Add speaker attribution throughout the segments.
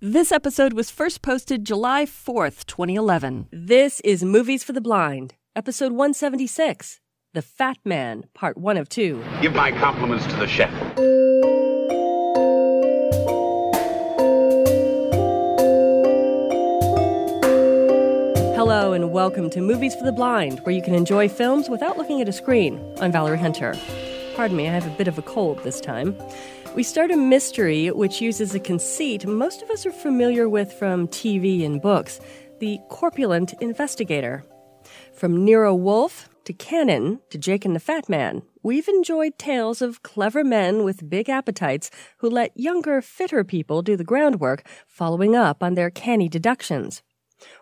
Speaker 1: This episode was first posted July 4th, 2011.
Speaker 2: This is Movies for the Blind, episode 176 The Fat Man, part one of two.
Speaker 3: Give my compliments to the chef.
Speaker 2: Hello, and welcome to Movies for the Blind, where you can enjoy films without looking at a screen. I'm Valerie Hunter. Pardon me, I have a bit of a cold this time. We start a mystery which uses a conceit most of us are familiar with from TV and books the corpulent investigator. From Nero Wolfe to Cannon to Jake and the Fat Man, we've enjoyed tales of clever men with big appetites who let younger, fitter people do the groundwork, following up on their canny deductions.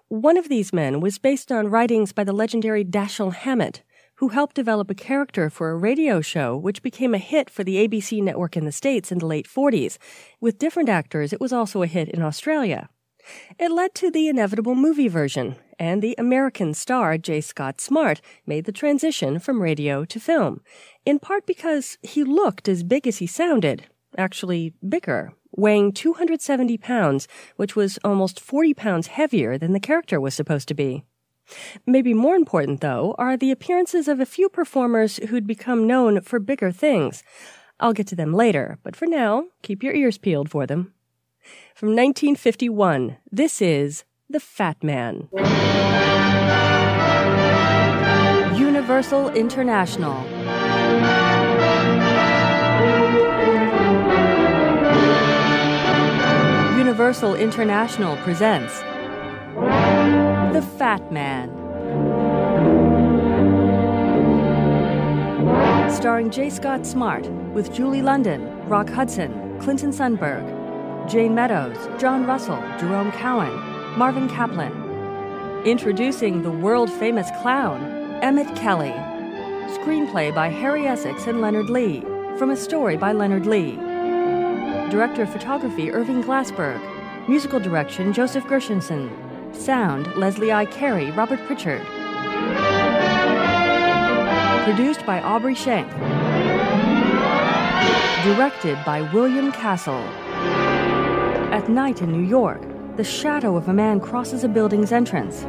Speaker 2: One of these men was based on writings by the legendary Dashiell Hammett, who helped develop a character for a radio show which became a hit for the ABC network in the States in the late 40s. With different actors, it was also a hit in Australia. It led to the inevitable movie version, and the American star J. Scott Smart made the transition from radio to film, in part because he looked as big as he sounded, actually bigger, weighing 270 pounds, which was almost 40 pounds heavier than the character was supposed to be. Maybe more important, though, are the appearances of a few performers who'd become known for bigger things. I'll get to them later, but for now, keep your ears peeled for them. From 1951, this is The Fat Man.
Speaker 1: Universal International. Universal International presents The Fat Man. Starring J. Scott Smart with Julie London, Rock Hudson, Clinton Sundberg, Jane Meadows, John Russell, Jerome Cowan, Marvin Kaplan. Introducing the world famous clown, Emmett Kelly. Screenplay by Harry Essex and Leonard Lee, from a story by Leonard Lee. Director of Photography Irving Glassberg. Musical Direction Joseph Gershenson. Sound Leslie I. Carey, Robert Pritchard. Produced by Aubrey Schenck. Directed by William Castle. At night in New York, the shadow of a man crosses a building's entrance.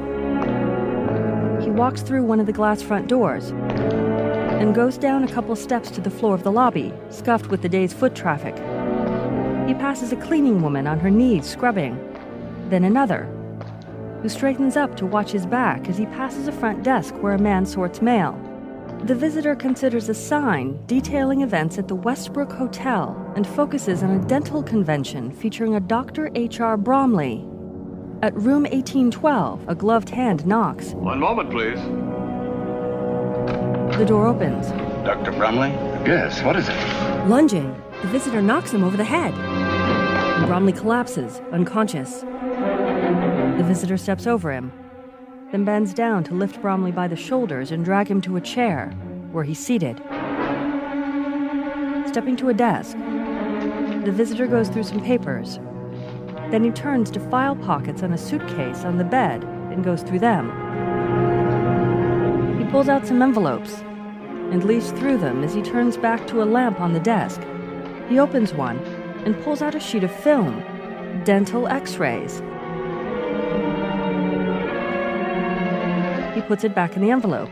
Speaker 1: He walks through one of the glass front doors and goes down a couple steps to the floor of the lobby, scuffed with the day's foot traffic. He passes a cleaning woman on her knees scrubbing, then another, who straightens up to watch his back as he passes a front desk where a man sorts mail. The visitor considers a sign detailing events at the Westbrook Hotel and focuses on a dental convention featuring a Dr. H.R. Bromley. At room 1812, a gloved hand knocks.
Speaker 3: One moment, please.
Speaker 1: The door opens.
Speaker 3: Dr. Brumley? Yes, what is it?
Speaker 2: Lunging, the visitor knocks him over the head. And Bromley collapses, unconscious.
Speaker 1: The visitor steps over him, then bends down to lift Bromley by the shoulders and drag him to a chair, where he's seated. Stepping to a desk, the visitor goes through some papers. Then he turns to file pockets on a suitcase on the bed and goes through them. He pulls out some envelopes and leaves through them as he turns back to a lamp on the desk. He opens one and pulls out a sheet of film dental x rays. He puts it back in the envelope,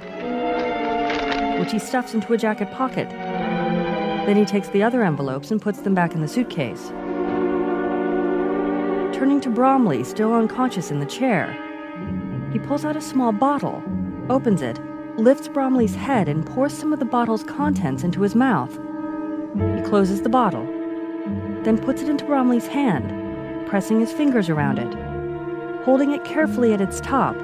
Speaker 1: which he stuffs into a jacket pocket. Then he takes the other envelopes and puts them back in the suitcase. Turning to Bromley, still unconscious in the chair, he pulls out a small bottle, opens it, lifts Bromley's head, and pours some of the bottle's contents into his mouth. He closes the bottle, then puts it into Bromley's hand, pressing his fingers around it. Holding it carefully at its top,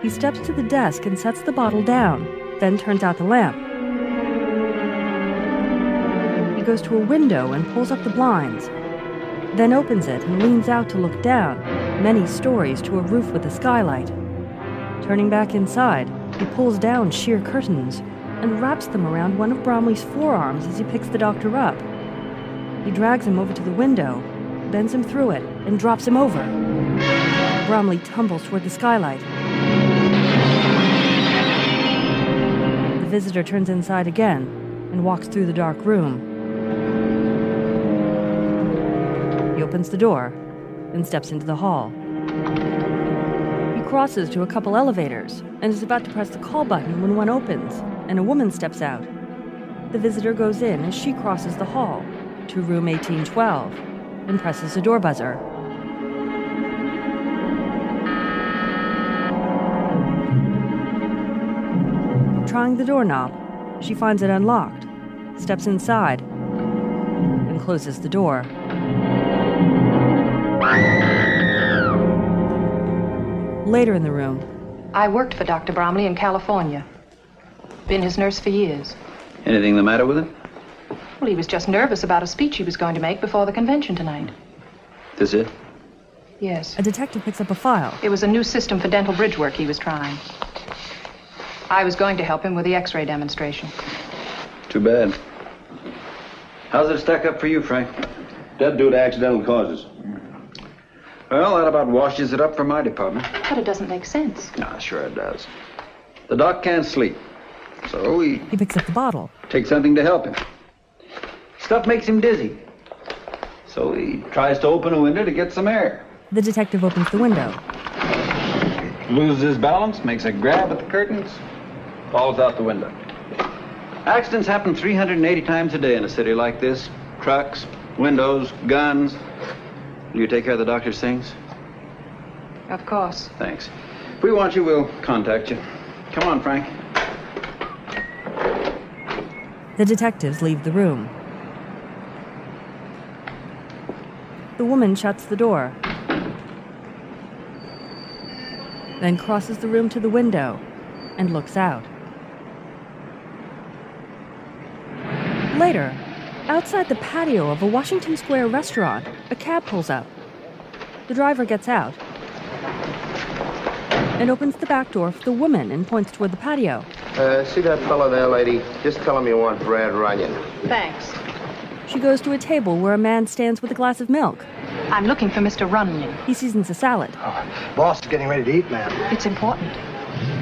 Speaker 1: he steps to the desk and sets the bottle down, then turns out the lamp. He goes to a window and pulls up the blinds, then opens it and leans out to look down, many stories to a roof with a skylight. Turning back inside, he pulls down sheer curtains and wraps them around one of Bromley's forearms as he picks the doctor up. He drags him over to the window, bends him through it, and drops him over. Bromley tumbles toward the skylight. The visitor turns inside again and walks through the dark room. He opens the door and steps into the hall. He crosses to a couple elevators and is about to press the call button when one opens and a woman steps out. The visitor goes in as she crosses the hall to room 1812 and presses the door buzzer. Trying the doorknob, she finds it unlocked, steps inside, and closes the door. Later in the room,
Speaker 4: I worked for Dr. Bromley in California. Been his nurse for years.
Speaker 5: Anything the matter with it?
Speaker 4: Well, he was just nervous about a speech he was going to make before the convention tonight.
Speaker 5: This it?
Speaker 4: Yes.
Speaker 1: a detective picks up a file.
Speaker 4: It was a new system for dental bridge work he was trying. I was going to help him with the x ray demonstration.
Speaker 5: Too bad. How's it stack up for you, Frank?
Speaker 6: Dead due to accidental causes.
Speaker 5: Well, that about washes it up for my department.
Speaker 4: But it doesn't make sense.
Speaker 5: Nah, Ah, sure it does. The doc can't sleep, so we
Speaker 1: He picks up the bottle.
Speaker 5: take something to help him. Stuff makes him dizzy, so he tries to open a window to get some air.
Speaker 1: The detective opens the window.
Speaker 5: Loses his balance, makes a grab at the curtains, falls out the window. Accidents happen 380 times a day in a city like this trucks, windows, guns. Will you take care of the doctor's things?
Speaker 4: Of course.
Speaker 5: Thanks. If we want you, we'll contact you. Come on, Frank.
Speaker 1: The detectives leave the room. The woman shuts the door, then crosses the room to the window and looks out. Later, outside the patio of a Washington Square restaurant, a cab pulls up. The driver gets out and opens the back door for the woman and points toward the patio.
Speaker 7: Uh, see that fellow there, lady? Just tell him you want Brad Runyon.
Speaker 4: Thanks.
Speaker 1: She goes to a table where a man stands with a glass of milk.
Speaker 4: I'm looking for Mr. Runyon.
Speaker 1: He seasons a salad.
Speaker 8: Boss is getting ready to eat, ma'am.
Speaker 4: It's important.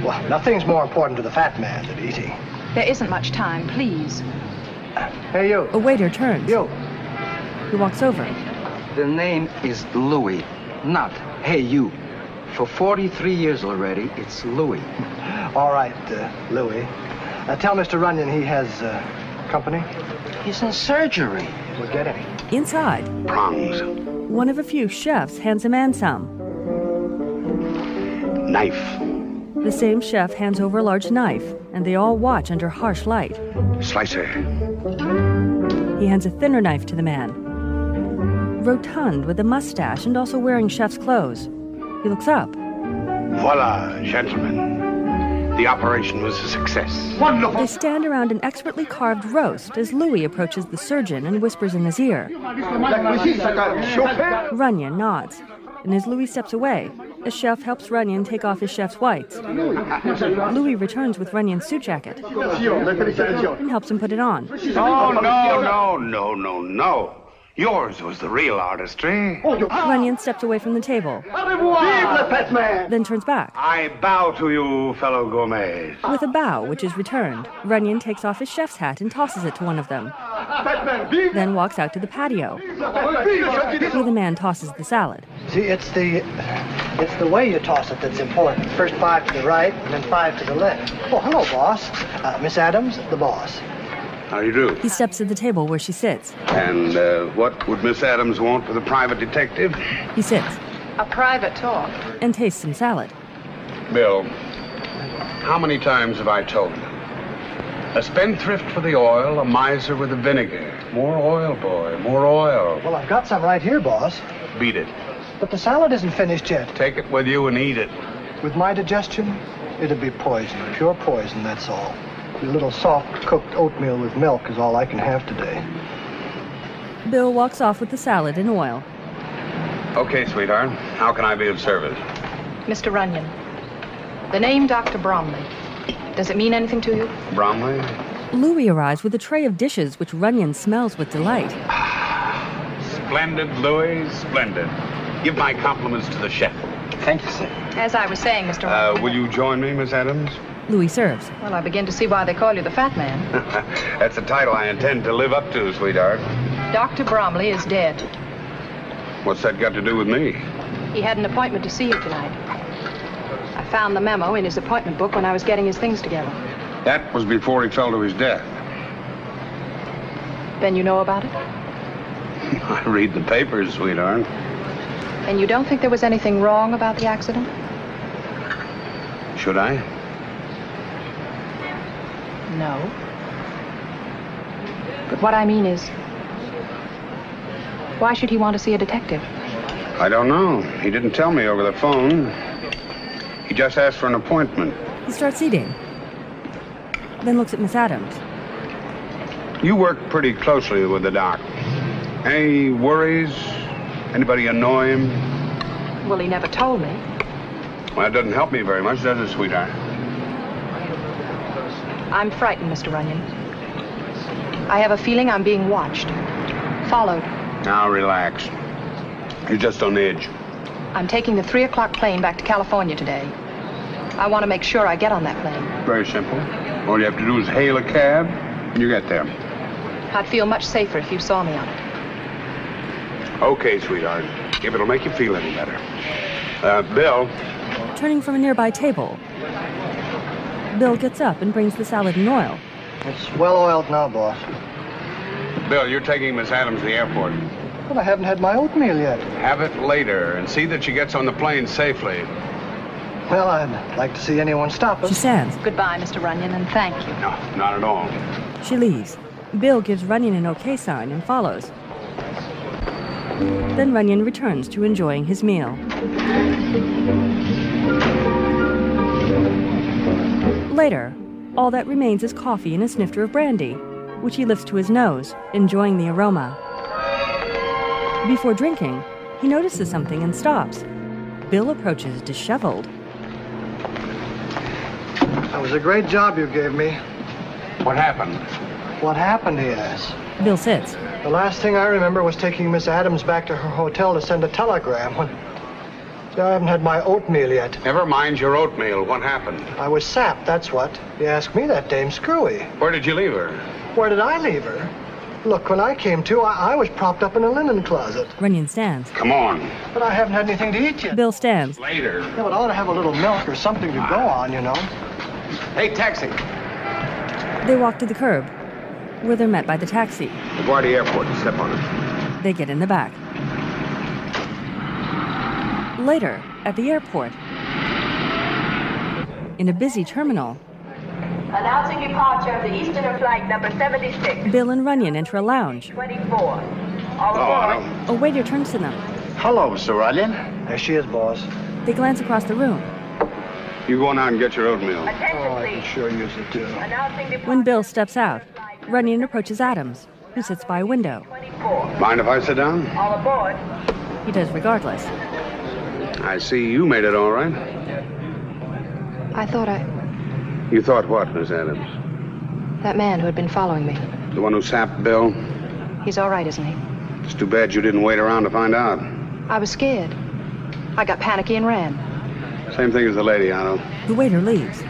Speaker 8: Well, nothing's more important to the fat man than eating.
Speaker 4: There isn't much time, please.
Speaker 8: Hey, you.
Speaker 1: A waiter turns.
Speaker 8: You.
Speaker 1: He walks over.
Speaker 9: The name is Louis, not Hey You. For 43 years already, it's Louis.
Speaker 8: All right, uh, Louis. Uh, tell Mr. Runyon he has uh, company.
Speaker 9: He's in surgery.
Speaker 8: We'll get him.
Speaker 1: Inside,
Speaker 6: Prongs,
Speaker 1: one of a few chefs hands a man some.
Speaker 6: knife,
Speaker 1: The same chef hands over a large knife, and they all watch under harsh light.
Speaker 6: slicer,
Speaker 1: He hands a thinner knife to the man. Rotund with a mustache and also wearing chef's clothes. He looks up.
Speaker 6: voila, gentlemen. The operation was a success. Wonderful.
Speaker 1: They stand around an expertly carved roast as Louis approaches the surgeon and whispers in his ear. Runyon nods, and as Louis steps away, the chef helps Runyon take off his chef's whites. Louis returns with Runyon's suit jacket and helps him put it on.
Speaker 6: Oh, no, no, no, no, no. Yours was the real artistry.
Speaker 3: Oh.
Speaker 1: Runyon steps away from the table, then turns back.
Speaker 6: I bow to you, fellow gourmets.
Speaker 1: With a bow, which is returned, Runyon takes off his chef's hat and tosses it to one of them,
Speaker 3: Ah,
Speaker 1: then walks out to the patio, where the man tosses the salad.
Speaker 8: See, it's the it's the way you toss it that's important. First five to the right, and then five to the left. Oh, hello, boss. Uh, Miss Adams, the boss.
Speaker 6: How do you do?
Speaker 1: He steps to the table where she sits.
Speaker 6: And uh, what would Miss Adams want with a private detective?
Speaker 1: He sits
Speaker 4: A private talk.
Speaker 1: and tastes some salad.
Speaker 6: Bill, how many times have I told you? A spendthrift for the oil, a miser with the vinegar. More oil, boy, more oil.
Speaker 8: Well, I've got some right here, boss.
Speaker 6: Beat it.
Speaker 8: But the salad isn't finished yet.
Speaker 6: Take it with you and eat it.
Speaker 8: With my digestion, it'd be poison, pure poison, that's all. A little soft cooked oatmeal with milk is all I can have today.
Speaker 1: Bill walks off with the salad and oil.
Speaker 6: Okay, sweetheart. How can I be of service?
Speaker 4: Mr. Runyon. The name Dr. Bromley. Does it mean anything to you?
Speaker 6: Bromley?
Speaker 1: Louis arrives with a tray of dishes which Runyon smells with delight.
Speaker 6: Splendid, Louis. Splendid. Give my compliments to the chef.
Speaker 9: Thank you, sir.
Speaker 4: As I was saying, Mr.
Speaker 6: Uh,
Speaker 4: Runyon.
Speaker 6: will you join me, Miss Adams?
Speaker 1: Louis serves.
Speaker 4: Well, I begin to see why they call you the fat man.
Speaker 6: That's a title I intend to live up to, sweetheart.
Speaker 4: Dr. Bromley is dead.
Speaker 6: What's that got to do with me?
Speaker 4: He had an appointment to see you tonight. I found the memo in his appointment book when I was getting his things together.
Speaker 6: That was before he fell to his death.
Speaker 4: Then you know about it?
Speaker 6: I read the papers, sweetheart.
Speaker 4: And you don't think there was anything wrong about the accident?
Speaker 6: Should I?
Speaker 4: No. But what I mean is, why should he want to see a detective?
Speaker 6: I don't know. He didn't tell me over the phone. He just asked for an appointment.
Speaker 1: He starts eating, then looks at Miss Adams.
Speaker 6: You work pretty closely with the doc. Any worries? Anybody annoy him?
Speaker 4: Well, he never told me.
Speaker 6: Well, that doesn't help me very much, does it, sweetheart?
Speaker 4: I'm frightened, Mr. Runyon. I have a feeling I'm being watched, followed.
Speaker 6: Now relax. You're just on edge.
Speaker 4: I'm taking the three o'clock plane back to California today. I want to make sure I get on that plane.
Speaker 6: Very simple. All you have to do is hail a cab, and you get there.
Speaker 4: I'd feel much safer if you saw me on it.
Speaker 6: Okay, sweetheart. If it'll make you feel any better. Uh, Bill,
Speaker 1: Turning from a nearby table, Bill gets up and brings the salad and oil.
Speaker 8: It's well oiled now, boss.
Speaker 6: Bill, you're taking Miss Adams to the airport.
Speaker 8: But I haven't had my oatmeal yet.
Speaker 6: Have it later and see that she gets on the plane safely.
Speaker 8: Well, I'd like to see anyone stop
Speaker 1: She
Speaker 8: us.
Speaker 1: stands.
Speaker 4: Goodbye, Mr. Runyon, and thank you.
Speaker 6: No, not at all.
Speaker 1: She leaves. Bill gives Runyon an okay sign and follows. Then Runyon returns to enjoying his meal. Later, all that remains is coffee and a snifter of brandy, which he lifts to his nose, enjoying the aroma. Before drinking, he notices something and stops. Bill approaches disheveled.
Speaker 8: That was a great job you gave me.
Speaker 6: What happened?
Speaker 8: What happened, he asks.
Speaker 1: Bill sits.
Speaker 8: The last thing I remember was taking Miss Adams back to her hotel to send a telegram when. See, I haven't had my oatmeal yet.
Speaker 6: Never mind your oatmeal. What happened?
Speaker 8: I was sapped, that's what. You asked me that, Dame Screwy.
Speaker 6: Where did you leave her?
Speaker 8: Where did I leave her? Look, when I came to, I, I was propped up in a linen closet.
Speaker 1: Runyon stands.
Speaker 6: Come on.
Speaker 8: But I haven't had anything to eat yet.
Speaker 1: Bill stands.
Speaker 6: Later.
Speaker 8: Yeah, but I ought to have a little milk or something to go on, you know.
Speaker 5: Hey, taxi.
Speaker 1: They walk to the curb, where they're met by the taxi.
Speaker 7: LaGuardia Airport. Step on it.
Speaker 1: They get in the back. Later, at the airport, in a busy terminal,
Speaker 10: Announcing departure of the Eastern Flight number 76,
Speaker 1: Bill and Runyon enter a lounge.
Speaker 10: 24. All
Speaker 6: Oh, I
Speaker 10: aboard.
Speaker 6: don't.
Speaker 1: A waiter turns to them.
Speaker 7: Hello, Mr. Runyon.
Speaker 8: There she is, boss.
Speaker 1: They glance across the room.
Speaker 6: You go on out and get your oatmeal.
Speaker 10: Attention,
Speaker 8: Oh, I can
Speaker 10: please.
Speaker 8: sure use it, too.
Speaker 10: Announcing departure.
Speaker 1: When Bill steps out, Runyon
Speaker 10: approaches.
Speaker 1: approaches Adams, who sits by a window.
Speaker 10: 24.
Speaker 6: Mind if I sit down?
Speaker 10: All aboard.
Speaker 1: He does regardless.
Speaker 6: I see you made it all right.
Speaker 4: I thought I.
Speaker 6: You thought what, Miss Adams?
Speaker 4: That man who had been following me.
Speaker 6: The one who sapped Bill?
Speaker 4: He's all right, isn't he?
Speaker 6: It's too bad you didn't wait around to find out.
Speaker 4: I was scared. I got panicky and ran.
Speaker 6: Same thing as the lady, Otto.
Speaker 1: The waiter leaves.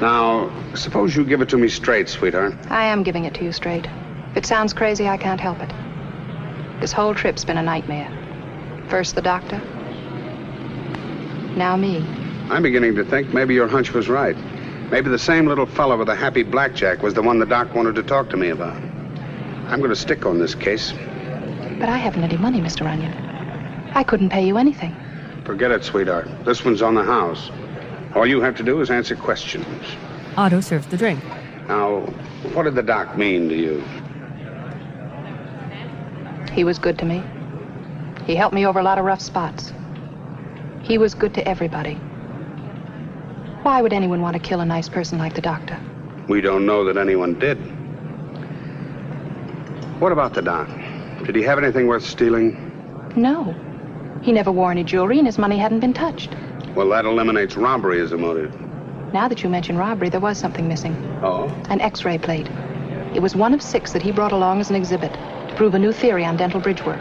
Speaker 6: Now, suppose you give it to me straight, sweetheart.
Speaker 4: I am giving it to you straight. If it sounds crazy, I can't help it. This whole trip's been a nightmare. First the doctor, now me.
Speaker 6: I'm beginning to think maybe your hunch was right. Maybe the same little fellow with the happy blackjack was the one the doc wanted to talk to me about. I'm going to stick on this case.
Speaker 4: But I haven't any money, Mr. Runyon. I couldn't pay you anything.
Speaker 6: Forget it, sweetheart. This one's on the house. All you have to do is answer questions.
Speaker 1: Otto serves the drink.
Speaker 6: Now, what did the doc mean to you?
Speaker 4: He was good to me. He helped me over a lot of rough spots. He was good to everybody. Why would anyone want to kill a nice person like the doctor?
Speaker 6: We don't know that anyone did. What about the doc? Did he have anything worth stealing?
Speaker 4: No. He never wore any jewelry and his money hadn't been touched.
Speaker 6: Well, that eliminates robbery as a motive.
Speaker 4: Now that you mention robbery, there was something missing
Speaker 6: Oh?
Speaker 4: an x ray plate. It was one of six that he brought along as an exhibit to prove a new theory on dental bridge work.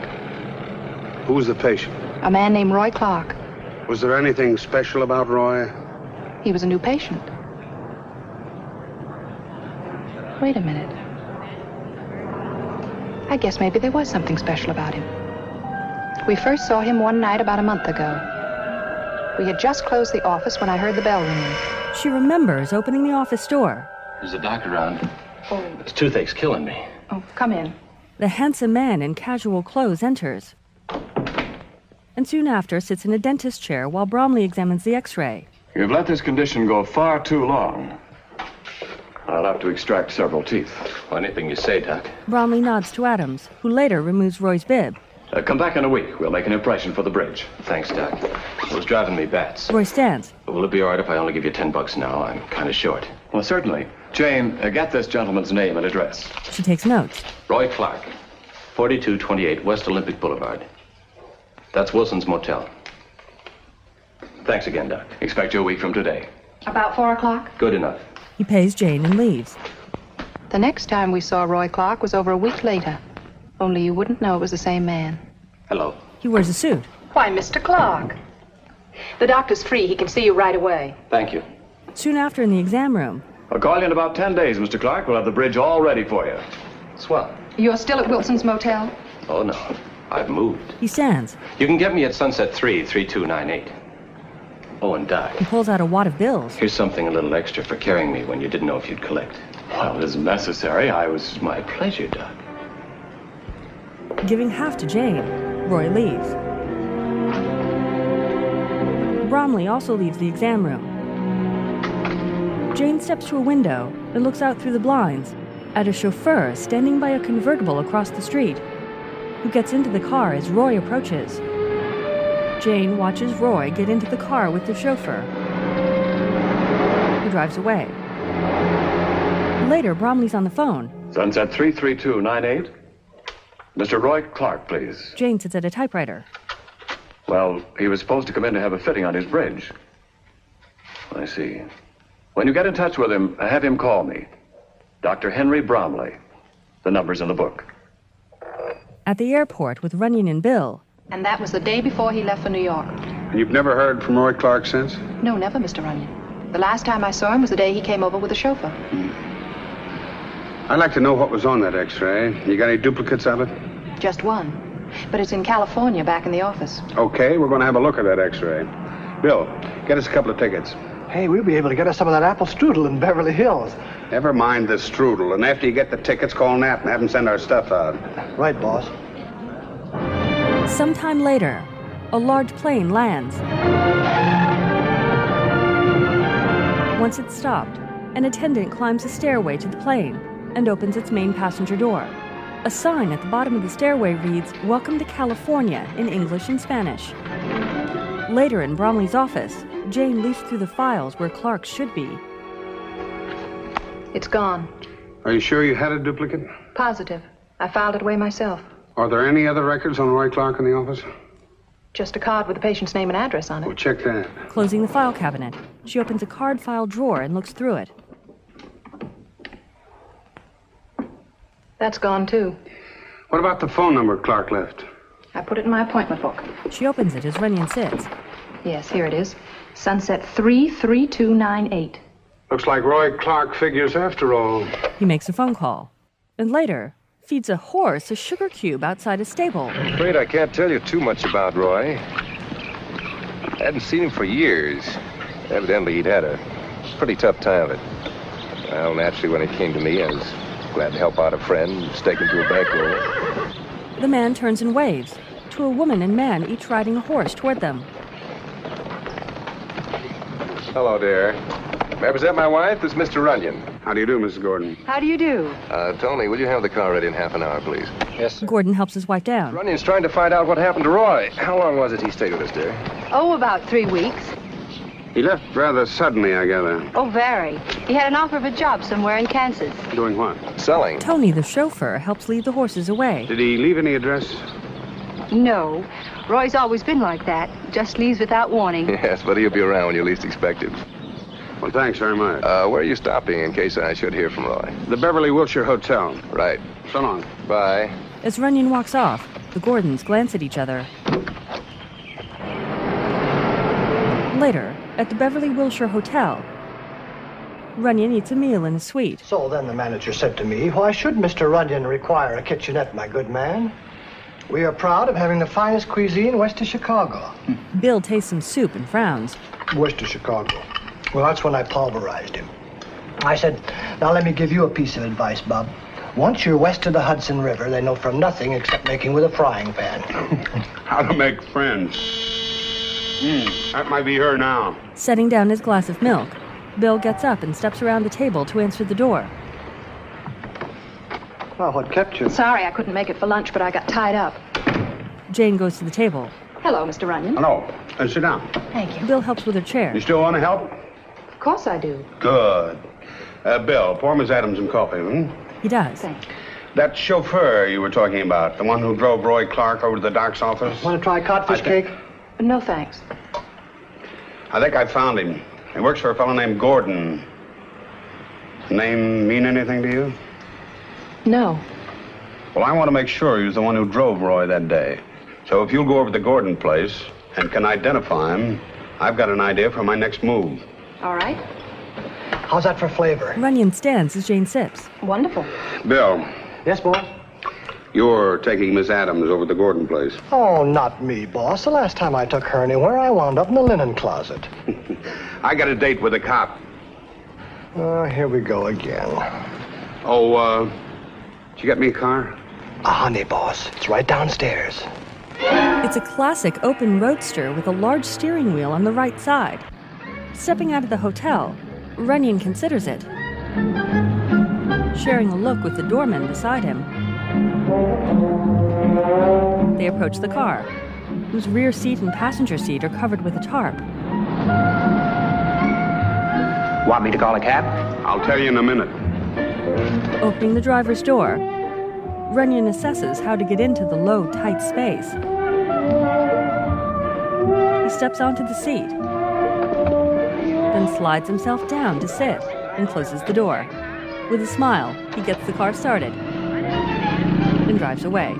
Speaker 6: Who was the patient?
Speaker 4: A man named Roy Clark.
Speaker 6: Was there anything special about Roy?
Speaker 4: He was a new patient. Wait a minute. I guess maybe there was something special about him. We first saw him one night about a month ago. We had just closed the office when I heard the bell ringing.
Speaker 1: She remembers opening the office door.
Speaker 11: There's a doctor around. His toothache's killing me.
Speaker 4: Oh, come in.
Speaker 1: The handsome man in casual clothes enters. And soon after sits in a dentist chair while Bromley examines the x ray.
Speaker 12: You've let this condition go far too long. I'll have to extract several teeth.
Speaker 11: anything you say, Doc.
Speaker 1: Bromley nods to Adams, who later removes Roy's bib.
Speaker 11: Uh, come back in a week. We'll make an impression for the bridge. Thanks, Doc. It was driving me bats.
Speaker 1: Roy stands.
Speaker 11: Will it be all right if I only give you ten bucks now? I'm kind of short.
Speaker 12: Well, certainly. Jane, uh, get this gentleman's name and address.
Speaker 1: She takes notes.
Speaker 11: Roy Clark, 4228 West Olympic Boulevard. That's Wilson's Motel. Thanks again, Doc.
Speaker 12: Expect you a week from today.
Speaker 4: About four o'clock?
Speaker 11: Good enough.
Speaker 1: He pays Jane and leaves.
Speaker 4: The next time we saw Roy Clark was over a week later. Only you wouldn't know it was the same man.
Speaker 11: Hello.
Speaker 1: He wears a suit.
Speaker 10: Why, Mr. Clark. The doctor's free. He can see you right away.
Speaker 11: Thank you.
Speaker 1: Soon after, in the exam room,
Speaker 12: I'll call you in about ten days, Mr. Clark. We'll have the bridge all ready for you.
Speaker 11: Swell.
Speaker 4: You're still at Wilson's Motel?
Speaker 11: Oh, no. I've moved.
Speaker 1: he stands.
Speaker 11: You can get me at Sunset 3, 3298. Oh, and Doc,
Speaker 1: He pulls out a wad of bills.
Speaker 11: here's something a little extra for carrying me when you didn't know if you'd collect.
Speaker 12: Well, it isn't necessary. I was.
Speaker 11: My pleasure, Doc.
Speaker 1: Giving half to Jane, Roy leaves. Bromley also leaves the exam room. Jane steps to a window and looks out through the blinds at a chauffeur standing by a convertible across the street, who gets into the car as Roy approaches. Jane watches Roy get into the car with the chauffeur, who drives away. Later, Bromley's on the phone.
Speaker 12: Sunset 33298. Mr. Roy Clark, please.
Speaker 1: Jane sits at a typewriter.
Speaker 12: Well, he was supposed to come in to have a fitting on his bridge. I see. When you get in touch with him, have him call me. Dr. Henry Bromley. The number's in the book.
Speaker 1: At the airport with Runyon and Bill,
Speaker 4: And that was the day before he left for New York.
Speaker 6: And you've never heard from Roy Clark since?
Speaker 4: No, never, Mr. Runyon. The last time I saw him was the day he came over with the chauffeur.
Speaker 6: I'd like to know what was on that x ray. You got any duplicates of it?
Speaker 4: Just one. But it's in California, back in the office.
Speaker 6: Okay, we're going to have a look at that x ray. Bill, get us a couple of tickets.
Speaker 8: Hey, we'll be able to get us some of that apple strudel in Beverly Hills.
Speaker 6: Never mind the strudel, and after you get the tickets, call Nap and have him send our stuff out.
Speaker 8: Right, boss.
Speaker 1: Sometime later, a large plane lands. Once it's stopped, an attendant climbs a stairway to the plane and opens its main passenger door. A sign at the bottom of the stairway reads, Welcome to California, in English and Spanish. Later in Bromley's office, Jane leafs through the files where Clark should be.
Speaker 4: It's gone.
Speaker 6: Are you sure you had a duplicate?
Speaker 4: Positive. I filed it away myself.
Speaker 6: Are there any other records on Roy Clark in the office?
Speaker 4: Just a card with the patient's name and address on it.
Speaker 6: Well, check that.
Speaker 1: Closing the file cabinet, she opens a card file drawer and looks through it.
Speaker 4: That's gone, too.
Speaker 6: What about the phone number Clark left?
Speaker 4: I put it in my appointment book.
Speaker 1: She opens it as Runyon sits.
Speaker 4: Yes, here it is. Sunset 33298.
Speaker 6: Looks like Roy Clark figures after all.
Speaker 1: He makes a phone call, and later feeds a horse a sugar cube outside a stable.
Speaker 13: Afraid I can't tell you too much about Roy. Hadn't seen him for years. Evidently, he'd had a pretty tough time of it. Well, naturally, when it came to me, I was glad to help out a friend, and stake him to a bankroll.
Speaker 1: The man turns and waves to a woman and man, each riding a horse toward them.
Speaker 13: Hello there. Represent my wife, this is Mr. Runyon.
Speaker 6: How do you do, Mrs. Gordon?
Speaker 4: How do you do?
Speaker 13: Uh, Tony, will you have the car ready in half an hour, please? Yes.
Speaker 1: Gordon helps his wife down.
Speaker 13: Runyon's trying to find out what happened to Roy. How long was it he stayed with us, dear?
Speaker 4: Oh, about three weeks.
Speaker 6: He left rather suddenly, I gather.
Speaker 4: Oh, very. He had an offer of a job somewhere in Kansas.
Speaker 6: Doing what?
Speaker 13: Selling.
Speaker 1: Tony, the chauffeur, helps lead the horses away.
Speaker 6: Did he leave any address?
Speaker 14: No. Roy's always been like that. Just leaves without warning.
Speaker 13: Yes, but he'll be around when you least expect him.
Speaker 6: Well, thanks very much.
Speaker 13: Uh, where are you stopping in case I should hear from Roy?
Speaker 6: The Beverly Wilshire Hotel.
Speaker 13: Right.
Speaker 6: So long.
Speaker 13: Bye.
Speaker 1: As Runyon walks off, the Gordons glance at each other. Later, at the Beverly Wilshire Hotel, Runyon eats a meal in a suite.
Speaker 8: So then the manager said to me, Why should Mr. Runyon require a kitchenette, my good man? We are proud of having the finest cuisine west of Chicago.
Speaker 1: Bill tastes some soup and frowns.
Speaker 8: West of Chicago. Well, that's when I pulverized him. I said, now let me give you a piece of advice, Bob. Once you're west of the Hudson River, they know from nothing except making with a frying pan.
Speaker 6: How to make friends. Hmm, that might be her now.
Speaker 1: Setting down his glass of milk, Bill gets up and steps around the table to answer the door.
Speaker 8: Well, what kept you?
Speaker 10: Sorry I couldn't make it for lunch, but I got tied up.
Speaker 1: Jane goes to the table.
Speaker 10: Hello, Mr. Runyon.
Speaker 6: Hello. Uh, sit down.
Speaker 10: Thank you.
Speaker 1: Bill helps with her chair.
Speaker 6: You still want to help?
Speaker 10: Of course I do.
Speaker 6: Good. Uh, Bill, pour Miss Adams some coffee, hmm?
Speaker 1: He does.
Speaker 6: That chauffeur you were talking about, the one who drove Roy Clark over to the doc's office?
Speaker 8: Want to try codfish cake?
Speaker 10: No, thanks.
Speaker 6: I think I found him. He works for a fellow named Gordon. Name mean anything to you?
Speaker 10: No.
Speaker 6: Well, I want to make sure he was the one who drove Roy that day. So if you'll go over to the Gordon place and can identify him, I've got an idea for my next move.
Speaker 10: All right.
Speaker 8: How's that for flavor?
Speaker 1: Runyon stands as Jane sips.
Speaker 10: Wonderful.
Speaker 6: Bill,
Speaker 8: Yes, boss?
Speaker 6: you're taking Miss Adams over to the Gordon place.
Speaker 8: Oh, not me, boss. The last time I took her anywhere, I wound up in the linen closet.
Speaker 6: I got a date with a cop.
Speaker 8: Oh, here we go again.
Speaker 6: Oh, uh, did you get me a car?
Speaker 8: A Ah, honey, boss. It's right downstairs.
Speaker 1: It's a classic open roadster with a large steering wheel on the right side. Stepping out of the hotel, Runyon considers it, sharing a look with the doorman beside him. They approach the car, whose rear seat and passenger seat are covered with a tarp.
Speaker 15: Want me to call a cab?
Speaker 6: I'll tell you in a minute.
Speaker 1: Opening the driver's door, Runyon assesses how to get into the low, tight space. He steps onto the seat, then slides himself down to sit and closes the door. With a smile, he gets the car started and drives away.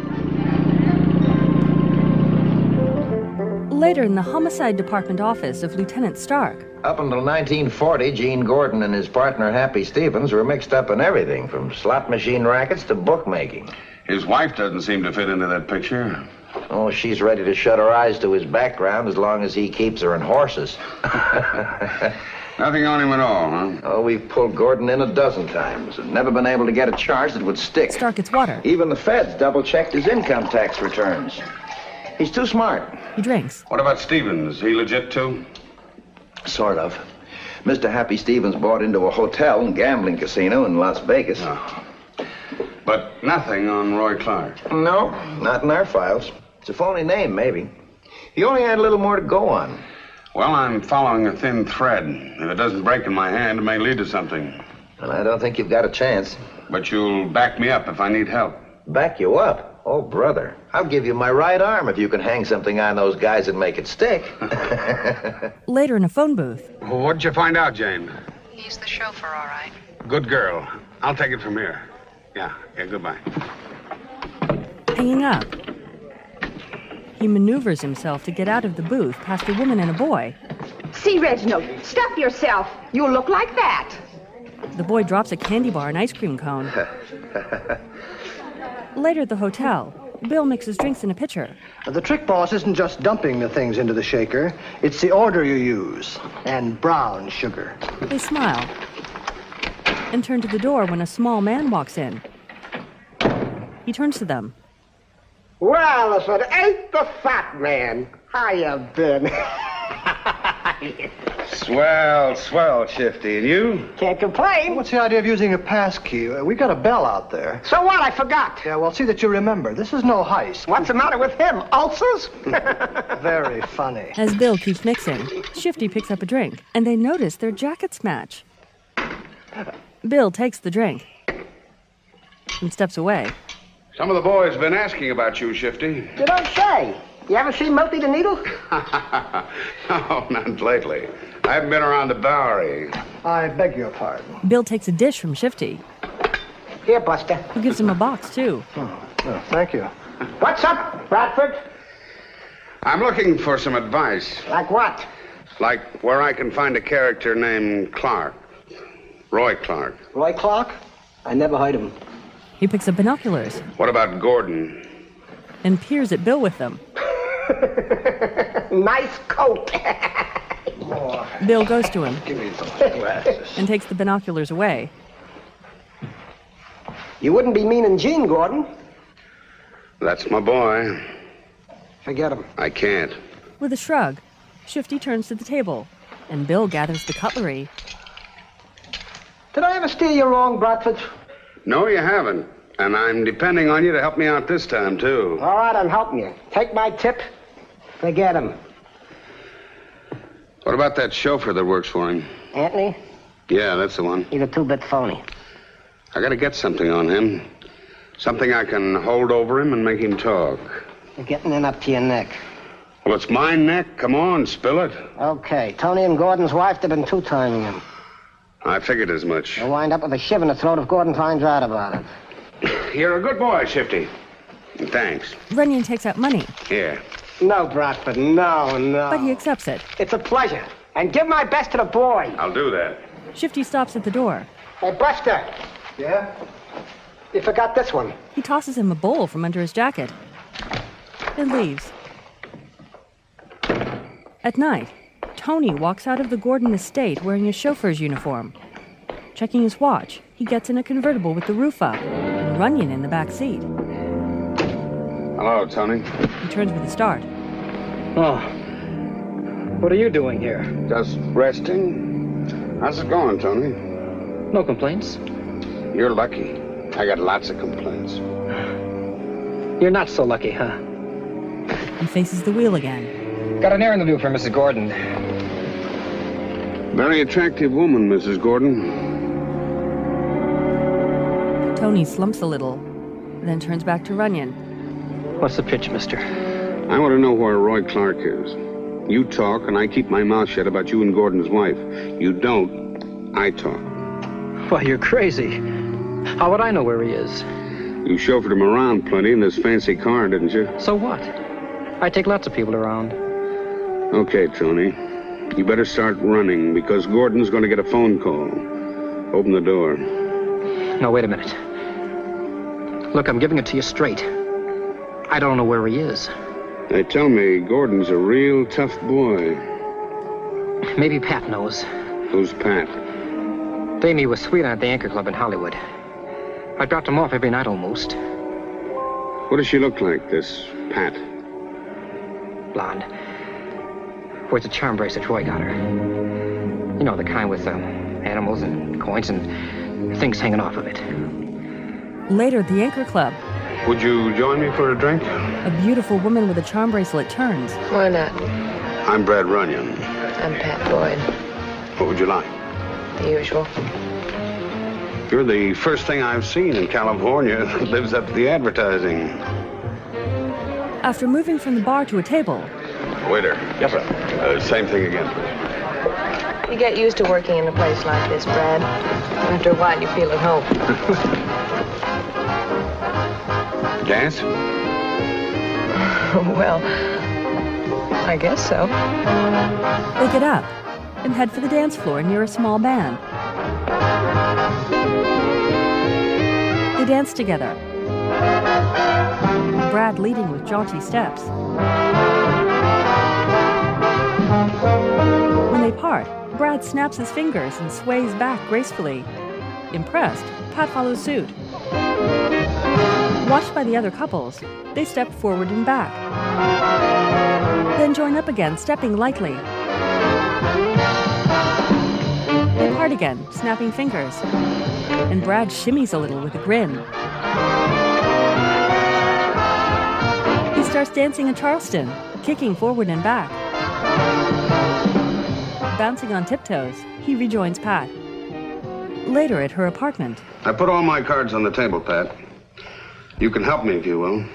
Speaker 1: Later in the homicide department office of Lieutenant Stark,
Speaker 15: Up until 1940, Gene Gordon and his partner Happy Stevens were mixed up in everything from slot machine rackets to bookmaking.
Speaker 6: His wife doesn't seem to fit into that picture.
Speaker 15: Oh, she's ready to shut her eyes to his background as long as he keeps her in horses.
Speaker 6: Nothing on him at all, huh?
Speaker 15: Oh, we've pulled Gordon in a dozen times and never been able to get a charge that would stick.
Speaker 1: Stark gets water.
Speaker 15: Even the feds double checked his income tax returns. He's too smart.
Speaker 1: He drinks.
Speaker 6: What about Stevens? He legit too?
Speaker 15: Sort of. Mr. Happy Stevens bought into a hotel and gambling casino in Las Vegas.
Speaker 6: But nothing on Roy Clark.
Speaker 15: No, not in our files. It's a phony name, maybe. He only had a little more to go on.
Speaker 6: Well, I'm following a thin thread. If it doesn't break in my hand, it may lead to something.
Speaker 15: Well, I don't think you've got a chance.
Speaker 6: But you'll back me up if I need help.
Speaker 15: Back you up? Oh, brother. I'll give you my right arm if you can hang something on those guys and make it stick.
Speaker 1: Later in a phone booth,
Speaker 6: What'd you find out, Jane?
Speaker 4: He's the chauffeur, all right.
Speaker 6: Good girl. I'll take it from here. Yeah, yeah, goodbye.
Speaker 1: hanging up, he maneuvers himself to get out of the booth past a woman and a boy.
Speaker 16: See, Reginald, stuff yourself. You'll look like that.
Speaker 1: The boy drops a candy bar and ice cream cone. Later at the hotel, Bill mixes drinks in a pitcher.
Speaker 8: The trick, boss, isn't just dumping the things into the shaker. It's the order you use and brown sugar.
Speaker 1: They smile and turn to the door when a small man walks in. He turns to them.
Speaker 17: Well, if it ain't the fat man, how you been?
Speaker 6: Swell, swell, Shifty. And you?
Speaker 8: Can't complain. What's the idea of using a passkey? Uh, We got a bell out there. So what? I forgot. Yeah, well, see that you remember. This is no heist. What's the matter with him? Ulcers? Very funny.
Speaker 1: As Bill keeps mixing, Shifty picks up a drink, and they notice their jackets match. Bill takes the drink and steps away.
Speaker 6: Some of the boys have been asking about you, Shifty.
Speaker 17: You don't say. You ever see Murphy the Needle?
Speaker 6: oh, not lately. I haven't been around the Bowery.
Speaker 8: I beg your pardon.
Speaker 1: Bill takes a dish from Shifty,
Speaker 17: Here, Buster.
Speaker 1: who gives him a box, too.
Speaker 8: Hmm. Oh, thank you.
Speaker 17: What's up, Bradford?
Speaker 6: I'm looking for some advice,
Speaker 17: Like what?
Speaker 6: like where I can find a character named Clark. Roy Clark.
Speaker 17: Roy Clark? I never heard him.
Speaker 1: He picks up binoculars.
Speaker 6: What about Gordon?
Speaker 1: and peers at Bill with them.
Speaker 15: nice coat.
Speaker 1: Bill goes to him
Speaker 18: Give me those glasses.
Speaker 1: and takes the binoculars away.
Speaker 15: You wouldn't be meaning Gene, Gordon.
Speaker 6: That's my boy.
Speaker 15: Forget him.
Speaker 6: I can't.
Speaker 1: With a shrug, Shifty turns to the table, and Bill gathers the cutlery.
Speaker 15: Did I ever steer you wrong, Bradford?
Speaker 6: No, you haven't. And I'm depending on you to help me out this time, too.
Speaker 15: All right, I'm helping you. Take my tip. Forget him.
Speaker 6: What about that chauffeur that works for him?
Speaker 15: Anthony,
Speaker 6: Yeah, that's the one.
Speaker 15: he's a two-bit phony.
Speaker 6: I gotta get something on him. Something I can hold over him and make him talk.
Speaker 15: You're getting in up to your neck.
Speaker 6: Well, it's my neck. Come on, spill it.
Speaker 15: Okay, Tony and Gordon's wife, they've been two-timing him.
Speaker 6: I figured as much.
Speaker 15: They'll wind up with a shiv in the throat if Gordon finds out about it.
Speaker 6: You're a good boy, Shifty. Thanks.
Speaker 1: Runyon takes out money,
Speaker 6: Here.
Speaker 15: No, Bradford, no, no.
Speaker 18: Oh.
Speaker 1: but he accepts it.
Speaker 15: It's a pleasure. And give my best to the boy.
Speaker 6: I'll do that.
Speaker 1: Shifty stops at the door.
Speaker 15: Hey, Buster. Yeah? You forgot this one.
Speaker 1: He tosses him a bowl from under his jacket and leaves. At night, Tony walks out of the Gordon estate wearing his chauffeur's uniform. Checking his watch, he gets in a convertible with the roof up and Runyon in the back seat.
Speaker 6: Hello, Tony.
Speaker 1: He turns with a start.
Speaker 6: Oh. What are you doing here? Just resting. How's it going, Tony? No complaints. You're lucky. I got lots of complaints.
Speaker 8: You're not so lucky, huh?
Speaker 1: He faces the wheel again.
Speaker 8: Got an errand to do for Mrs. Gordon.
Speaker 6: Very attractive woman, Mrs. Gordon.
Speaker 1: Tony slumps a little, then turns back to Runyon.
Speaker 6: What's the pitch, mister? I want to know where Roy Clark is. You talk, and I keep my mouth shut about you and Gordon's wife. You don't, I talk.
Speaker 8: Well, you're crazy. How would I know where he is?
Speaker 6: You chauffeured him around plenty in this fancy car, didn't you?
Speaker 8: So what? I take lots of people around.
Speaker 6: Okay, Tony. You better start running because Gordon's going to get a phone call. Open the door.
Speaker 8: No, wait a minute. Look, I'm giving it to you straight. I don't know where he is.
Speaker 6: They tell me Gordon's a real tough boy.
Speaker 8: Maybe Pat knows.
Speaker 6: Who's Pat?
Speaker 8: Damie was sweet at the Anchor Club in Hollywood. I dropped him off every night almost.
Speaker 6: What does she look like, this Pat?
Speaker 8: Blonde. Wears a charm bracelet Roy got her. You know, the kind with um, animals and coins and things hanging off of it.
Speaker 1: Later at the Anchor Club,
Speaker 6: Would you join me for a drink?
Speaker 1: a beautiful woman with a charm bracelet turns.
Speaker 4: Why not?
Speaker 6: I'm Brad Runyon.
Speaker 4: I'm Pat Boyd.
Speaker 6: What would you like?
Speaker 4: The usual.
Speaker 6: You're the first thing I've seen in California that lives up to the advertising.
Speaker 1: After moving from the bar to a table,
Speaker 6: Waiter. Yes, sir. Uh, same thing again, please.
Speaker 4: You get used to working in a place like this, Brad. After a while, you feel at home.
Speaker 6: Dance?
Speaker 4: well, I guess so.
Speaker 1: they get up and head for the dance floor near a small band. They dance together, Brad leading with jaunty steps. When they part, Brad snaps his fingers and sways back gracefully. Impressed, Pat follows suit. Watched by the other couples, they step forward and back, then join up again, stepping lightly. They part again, snapping fingers, and Brad shimmies a little with a grin. He starts dancing in Charleston, kicking forward and back. Bouncing on tiptoes, he rejoins Pat. Later at her apartment,
Speaker 6: I put all my cards on the table, Pat. You can help me if you will.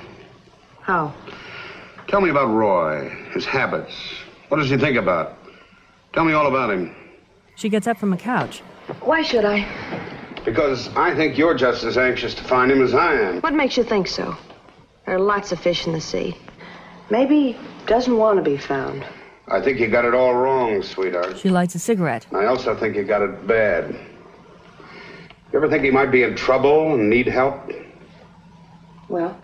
Speaker 4: How?
Speaker 6: Tell me about Roy, his habits. What does he think about? Tell me all about him.
Speaker 1: she gets up from a couch.
Speaker 4: Why should I?
Speaker 6: Because I think you're just as anxious to find him as I am.
Speaker 4: What makes you think so? There are lots of fish in the sea. Maybe he doesn't want to be found.
Speaker 6: I think you got it all wrong, sweetheart.
Speaker 1: She lights a cigarette.
Speaker 6: I also think you got it bad. You ever think he might be in trouble and need help?
Speaker 4: Well?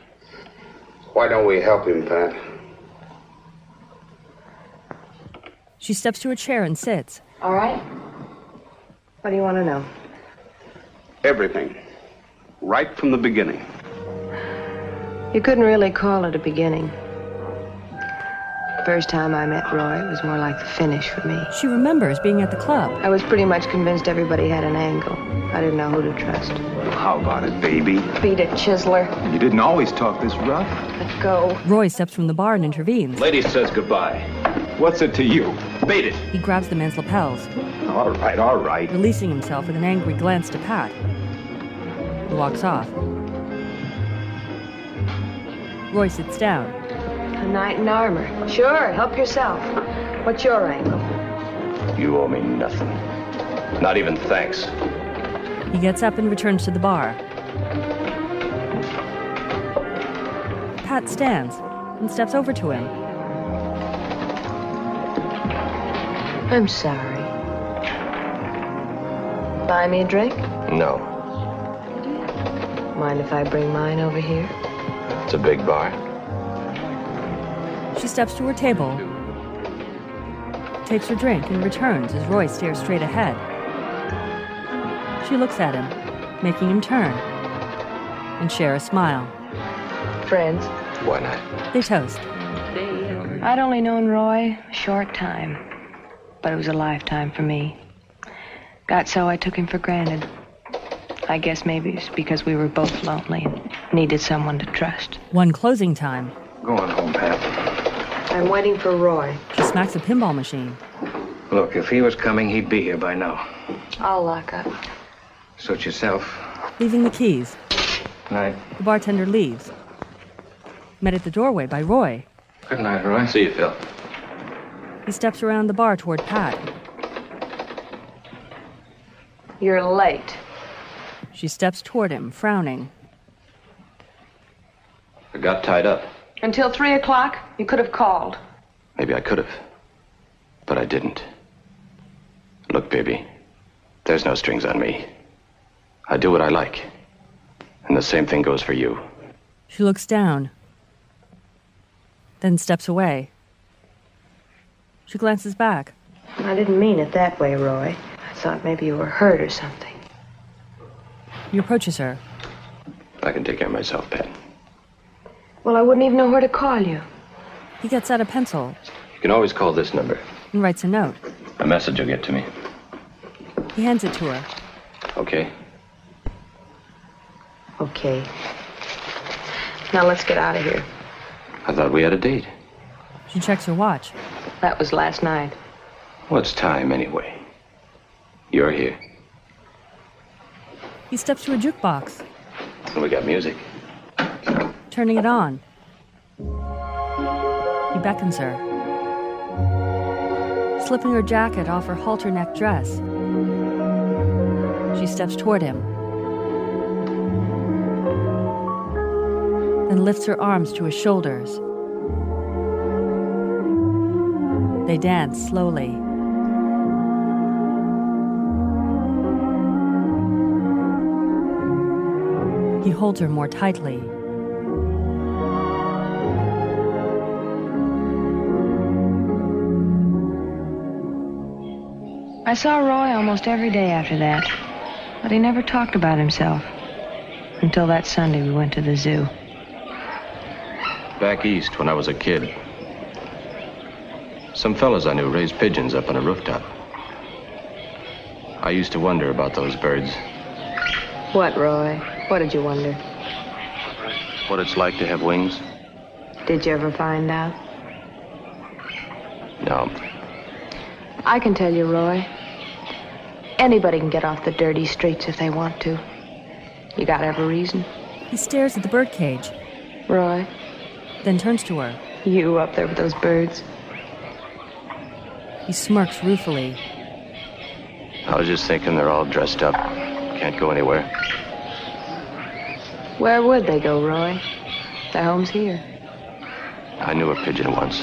Speaker 19: Why don't we help him, Pat?
Speaker 1: She steps to a chair and sits.
Speaker 4: All right. What do you want to know?
Speaker 6: Everything. Right from the beginning.
Speaker 4: You couldn't really call it a beginning. The first time I met Roy was more like the finish for me.
Speaker 1: She remembers being at the club.
Speaker 4: I was pretty much convinced everybody had an angle. I didn't know who to trust.
Speaker 20: How about it, baby?
Speaker 4: Beat it, Chisler.
Speaker 20: You didn't always talk this rough.
Speaker 4: Let go.
Speaker 1: Roy steps from the bar and intervenes.
Speaker 20: Lady says goodbye. What's it to you? Bait it.
Speaker 1: He grabs the man's lapels,
Speaker 20: All right, all right.
Speaker 1: releasing himself with an angry glance to Pat. He walks off. Roy sits down.
Speaker 4: A knight in armor. Sure, help yourself. What's your angle?
Speaker 15: You owe me nothing. Not even thanks.
Speaker 1: He gets up and returns to the bar. Pat stands and steps over to him.
Speaker 4: I'm sorry. Buy me a drink?
Speaker 13: No.
Speaker 4: Mind if I bring mine over here?
Speaker 13: It's a big bar.
Speaker 1: She steps to her table, takes her drink, and returns as Roy stares straight ahead. She looks at him, making him turn, and share a smile.
Speaker 4: Friends?
Speaker 13: Why not?
Speaker 1: They toast.
Speaker 4: I'd only known Roy a short time, but it was a lifetime for me. Got so I took him for granted. I guess maybe it's because we were both lonely and needed someone to trust.
Speaker 1: One closing time.
Speaker 20: Go on home, Pat.
Speaker 4: I'm waiting for Roy.
Speaker 1: She smacks a pinball machine.
Speaker 21: Look, if he was coming, he'd be here by now.
Speaker 4: I'll lock up.
Speaker 21: Suit yourself.
Speaker 1: Leaving the keys,
Speaker 21: Night.
Speaker 1: the bartender leaves. Met at the doorway by Roy.
Speaker 21: Good night, Roy.
Speaker 15: See you, Phil.
Speaker 1: He steps around the bar toward Pat.
Speaker 4: You're late.
Speaker 1: She steps toward him, frowning.
Speaker 15: I got tied up.
Speaker 22: Until three o'clock, you could have called.
Speaker 15: Maybe I could have. But I didn't. Look, baby, there's no strings on me. I do what I like. And the same thing goes for you.
Speaker 1: She looks down, then steps away. She glances back.
Speaker 4: I didn't mean it that way, Roy. I thought maybe you were hurt or something.
Speaker 1: He approaches her.
Speaker 15: I can take care of myself, Pat.
Speaker 4: Well, I wouldn't even know where to call you.
Speaker 1: He gets out a pencil
Speaker 15: You can always call this number.
Speaker 1: and writes a note.
Speaker 15: A message will get to me.
Speaker 1: He hands it to her.
Speaker 15: Okay?
Speaker 4: Okay. Now let's get out of here.
Speaker 15: I thought we had a date.
Speaker 1: She checks her watch.
Speaker 4: That was last night.
Speaker 15: What's time, anyway? You're here.
Speaker 1: He steps to a jukebox,
Speaker 15: And we got music.
Speaker 1: turning it on. He beckons her, slipping her jacket off her halter neck dress. She steps toward him, then lifts her arms to his shoulders. They dance slowly. He holds her more tightly.
Speaker 4: I saw Roy almost every day after that, but he never talked about himself. Until that Sunday we went to the zoo.
Speaker 15: Back east when I was a kid. Some fellas I knew raised pigeons up on a rooftop. I used to wonder about those birds,
Speaker 4: What, Roy? What did you wonder?
Speaker 15: what it's like to have wings.
Speaker 4: Did you ever find out?
Speaker 15: No,
Speaker 4: I can tell you, Roy. Anybody can get off the dirty streets if they want to. You got every reason.
Speaker 1: He stares at the birdcage,
Speaker 4: Roy,
Speaker 1: then turns to her.
Speaker 4: you up there with those birds.
Speaker 1: He smirks ruefully.
Speaker 15: I was just thinking they're all dressed up. Can't go anywhere.
Speaker 4: Where would they go, Roy? Their home's here.
Speaker 15: I knew a pigeon once.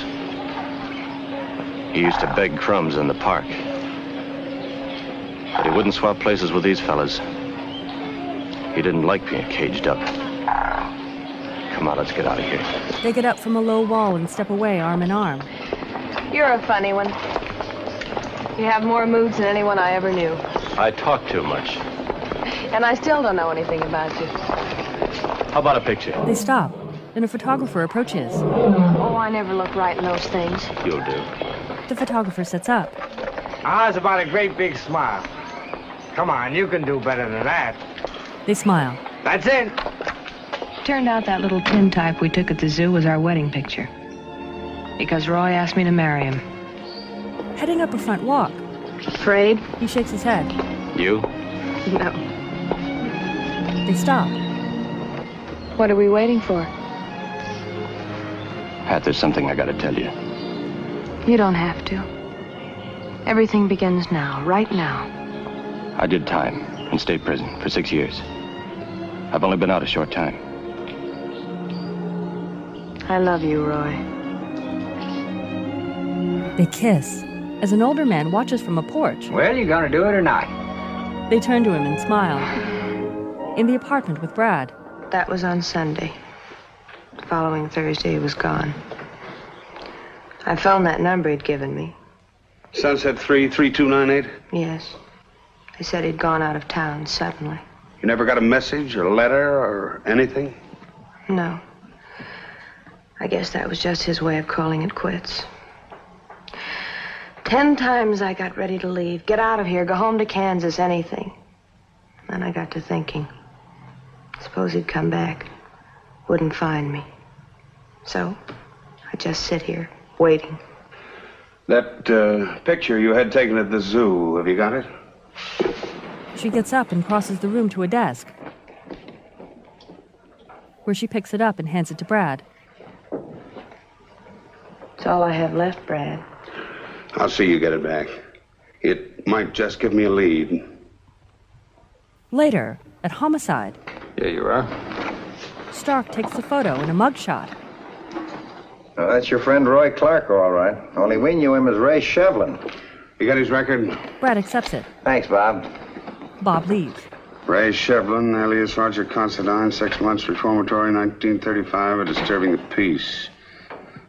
Speaker 15: He used to beg crumbs in the park. But he wouldn't swap places with these fellas. He didn't like being caged up.
Speaker 11: Come on, let's get out of here.
Speaker 23: They get up from a low wall and step away arm in arm.
Speaker 24: You're a funny one. You have more moods than anyone I ever knew.
Speaker 11: I talk too much.
Speaker 24: And I still don't know anything about you.
Speaker 11: How about a picture?
Speaker 23: They stop, and a photographer approaches.
Speaker 24: Oh, I never look right in those things.
Speaker 11: You'll do.
Speaker 23: The photographer sets up.
Speaker 25: Ours Ah, about a great big smile. Come on, you can do better than that.
Speaker 23: They smile.
Speaker 25: That's it.
Speaker 4: Turned out that little tintype we took at the zoo was our wedding picture. Because Roy asked me to marry him.
Speaker 23: Heading up a front walk.
Speaker 24: Afraid?
Speaker 23: He shakes his head.
Speaker 11: You?
Speaker 24: No.
Speaker 23: They stop.
Speaker 24: What are we waiting for?
Speaker 11: Pat, there's something I gotta tell you.
Speaker 24: You don't have to. Everything begins now, right now.
Speaker 11: I did time in state prison for six years. I've only been out a short time.
Speaker 24: I love you, Roy.
Speaker 23: They kiss as an older man watches from a porch.
Speaker 25: Well, you gonna do it or not?
Speaker 23: They turn to him and smile. In the apartment with Brad.
Speaker 4: That was on Sunday. The following Thursday, he was gone. I phoned that number he'd given me.
Speaker 6: Sunset 33298?
Speaker 4: Yes. They said he'd gone out of town suddenly.
Speaker 6: You never got a message or letter or anything?
Speaker 4: No. I guess that was just his way of calling it quits. Ten times I got ready to leave, get out of here, go home to Kansas, anything. Then I got to thinking. Suppose he'd come back, wouldn't find me. So I just sit here, waiting.
Speaker 6: That uh, picture you had taken at the zoo, have you got it?
Speaker 23: She gets up and crosses the room to a desk, where she picks it up and hands it to Brad.
Speaker 4: It's all I have left, Brad.
Speaker 6: I'll see you get it back. It might just give me a lead.
Speaker 23: Later, at homicide,
Speaker 26: Here you are.
Speaker 23: Stark takes the photo in a mugshot.
Speaker 15: Well, that's your friend Roy Clark, all right. Only we knew him as Ray Shevlin.
Speaker 6: You got his record?
Speaker 23: Brad accepts it.
Speaker 15: Thanks, Bob.
Speaker 23: Bob leaves.
Speaker 6: Ray Shevlin, alias Roger Considine, six months reformatory, 1935, a disturbing the peace.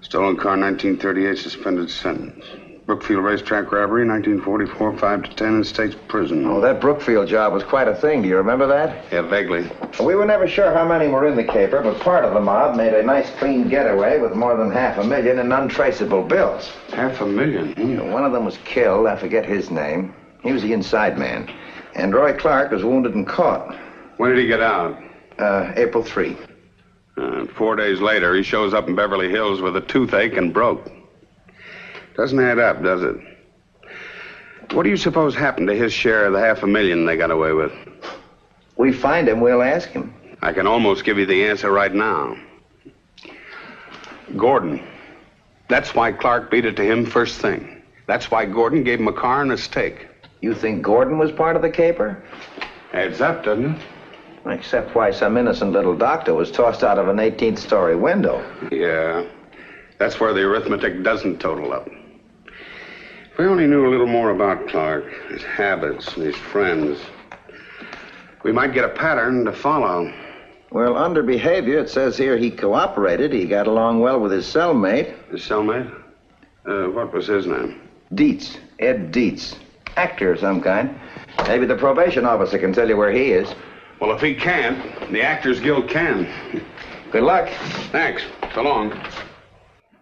Speaker 6: Stolen car, 1938, suspended sentence. Brookfield racetrack robbery, 1944, 5 to 10 in state's prison.
Speaker 15: Oh, that Brookfield job was quite a thing. Do you remember that?
Speaker 6: Yeah, vaguely.
Speaker 15: We were never sure how many were in the caper, but part of the mob made a nice clean getaway with more than half a million in untraceable bills.
Speaker 6: Half a million?
Speaker 15: One of them was killed. I forget his name. He was the inside man. And Roy Clark was wounded and caught.
Speaker 6: When did he get out?
Speaker 15: Uh, April 3.
Speaker 6: Uh, four days later, he shows up in Beverly Hills with a toothache and broke. Doesn't add up, does it? What do you suppose happened to his share of the half a million they got away with?
Speaker 15: We find him, we'll ask him.
Speaker 6: I can almost give you the answer right now. Gordon. That's why Clark beat it to him first thing. That's why Gordon gave him a car and a stake.
Speaker 15: You think Gordon was part of the caper?
Speaker 6: Adds up, doesn't it?
Speaker 15: Except why some innocent little doctor was tossed out of an 18th story window.
Speaker 6: Yeah. That's where the arithmetic doesn't total up. If we only knew a little more about Clark, his habits, and his friends, we might get a pattern to follow.
Speaker 15: Well, under behavior, it says here he cooperated. He got along well with his cellmate,
Speaker 6: His cellmate? Uh, what was his name?
Speaker 15: Dietz. Ed Dietz. Actor of some kind. Maybe the probation officer can tell you where he is.
Speaker 6: Well, if he can't, the Actors Guild can.
Speaker 15: Good luck.
Speaker 6: Thanks. So long.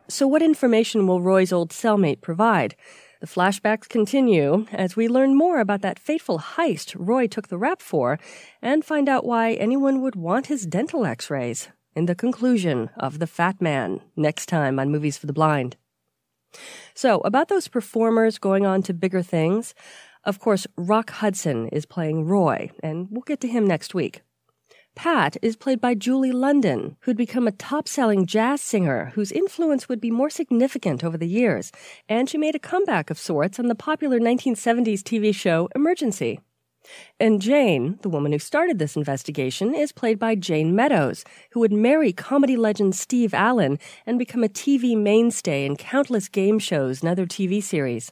Speaker 1: So, what information will Roy's old cellmate provide? The flashbacks continue as we learn more about that fateful heist Roy took the rap for and find out why anyone would want his dental x rays in the conclusion of The Fat Man next time on Movies for the Blind. So, about those performers going on to bigger things, of course, Rock Hudson is playing Roy, and we'll get to him next week. Pat is played by Julie London, who'd become a top selling jazz singer whose influence would be more significant over the years, and she made a comeback of sorts on the popular 1970s TV show Emergency. And Jane, the woman who started this investigation, is played by Jane Meadows, who would marry comedy legend Steve Allen and become a TV mainstay in countless game shows and other TV series.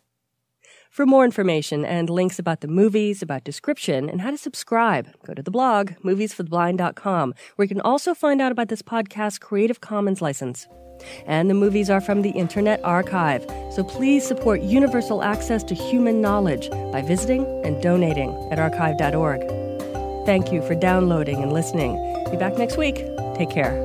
Speaker 1: For more information and links about the movies, about description, and how to subscribe, go to the blog, moviesfortheblind.com, where you can also find out about this podcast's Creative Commons license. And the movies are from the Internet Archive, so please support universal access to human knowledge by visiting and donating at archive.org. Thank you for downloading and listening. Be back next week. Take care.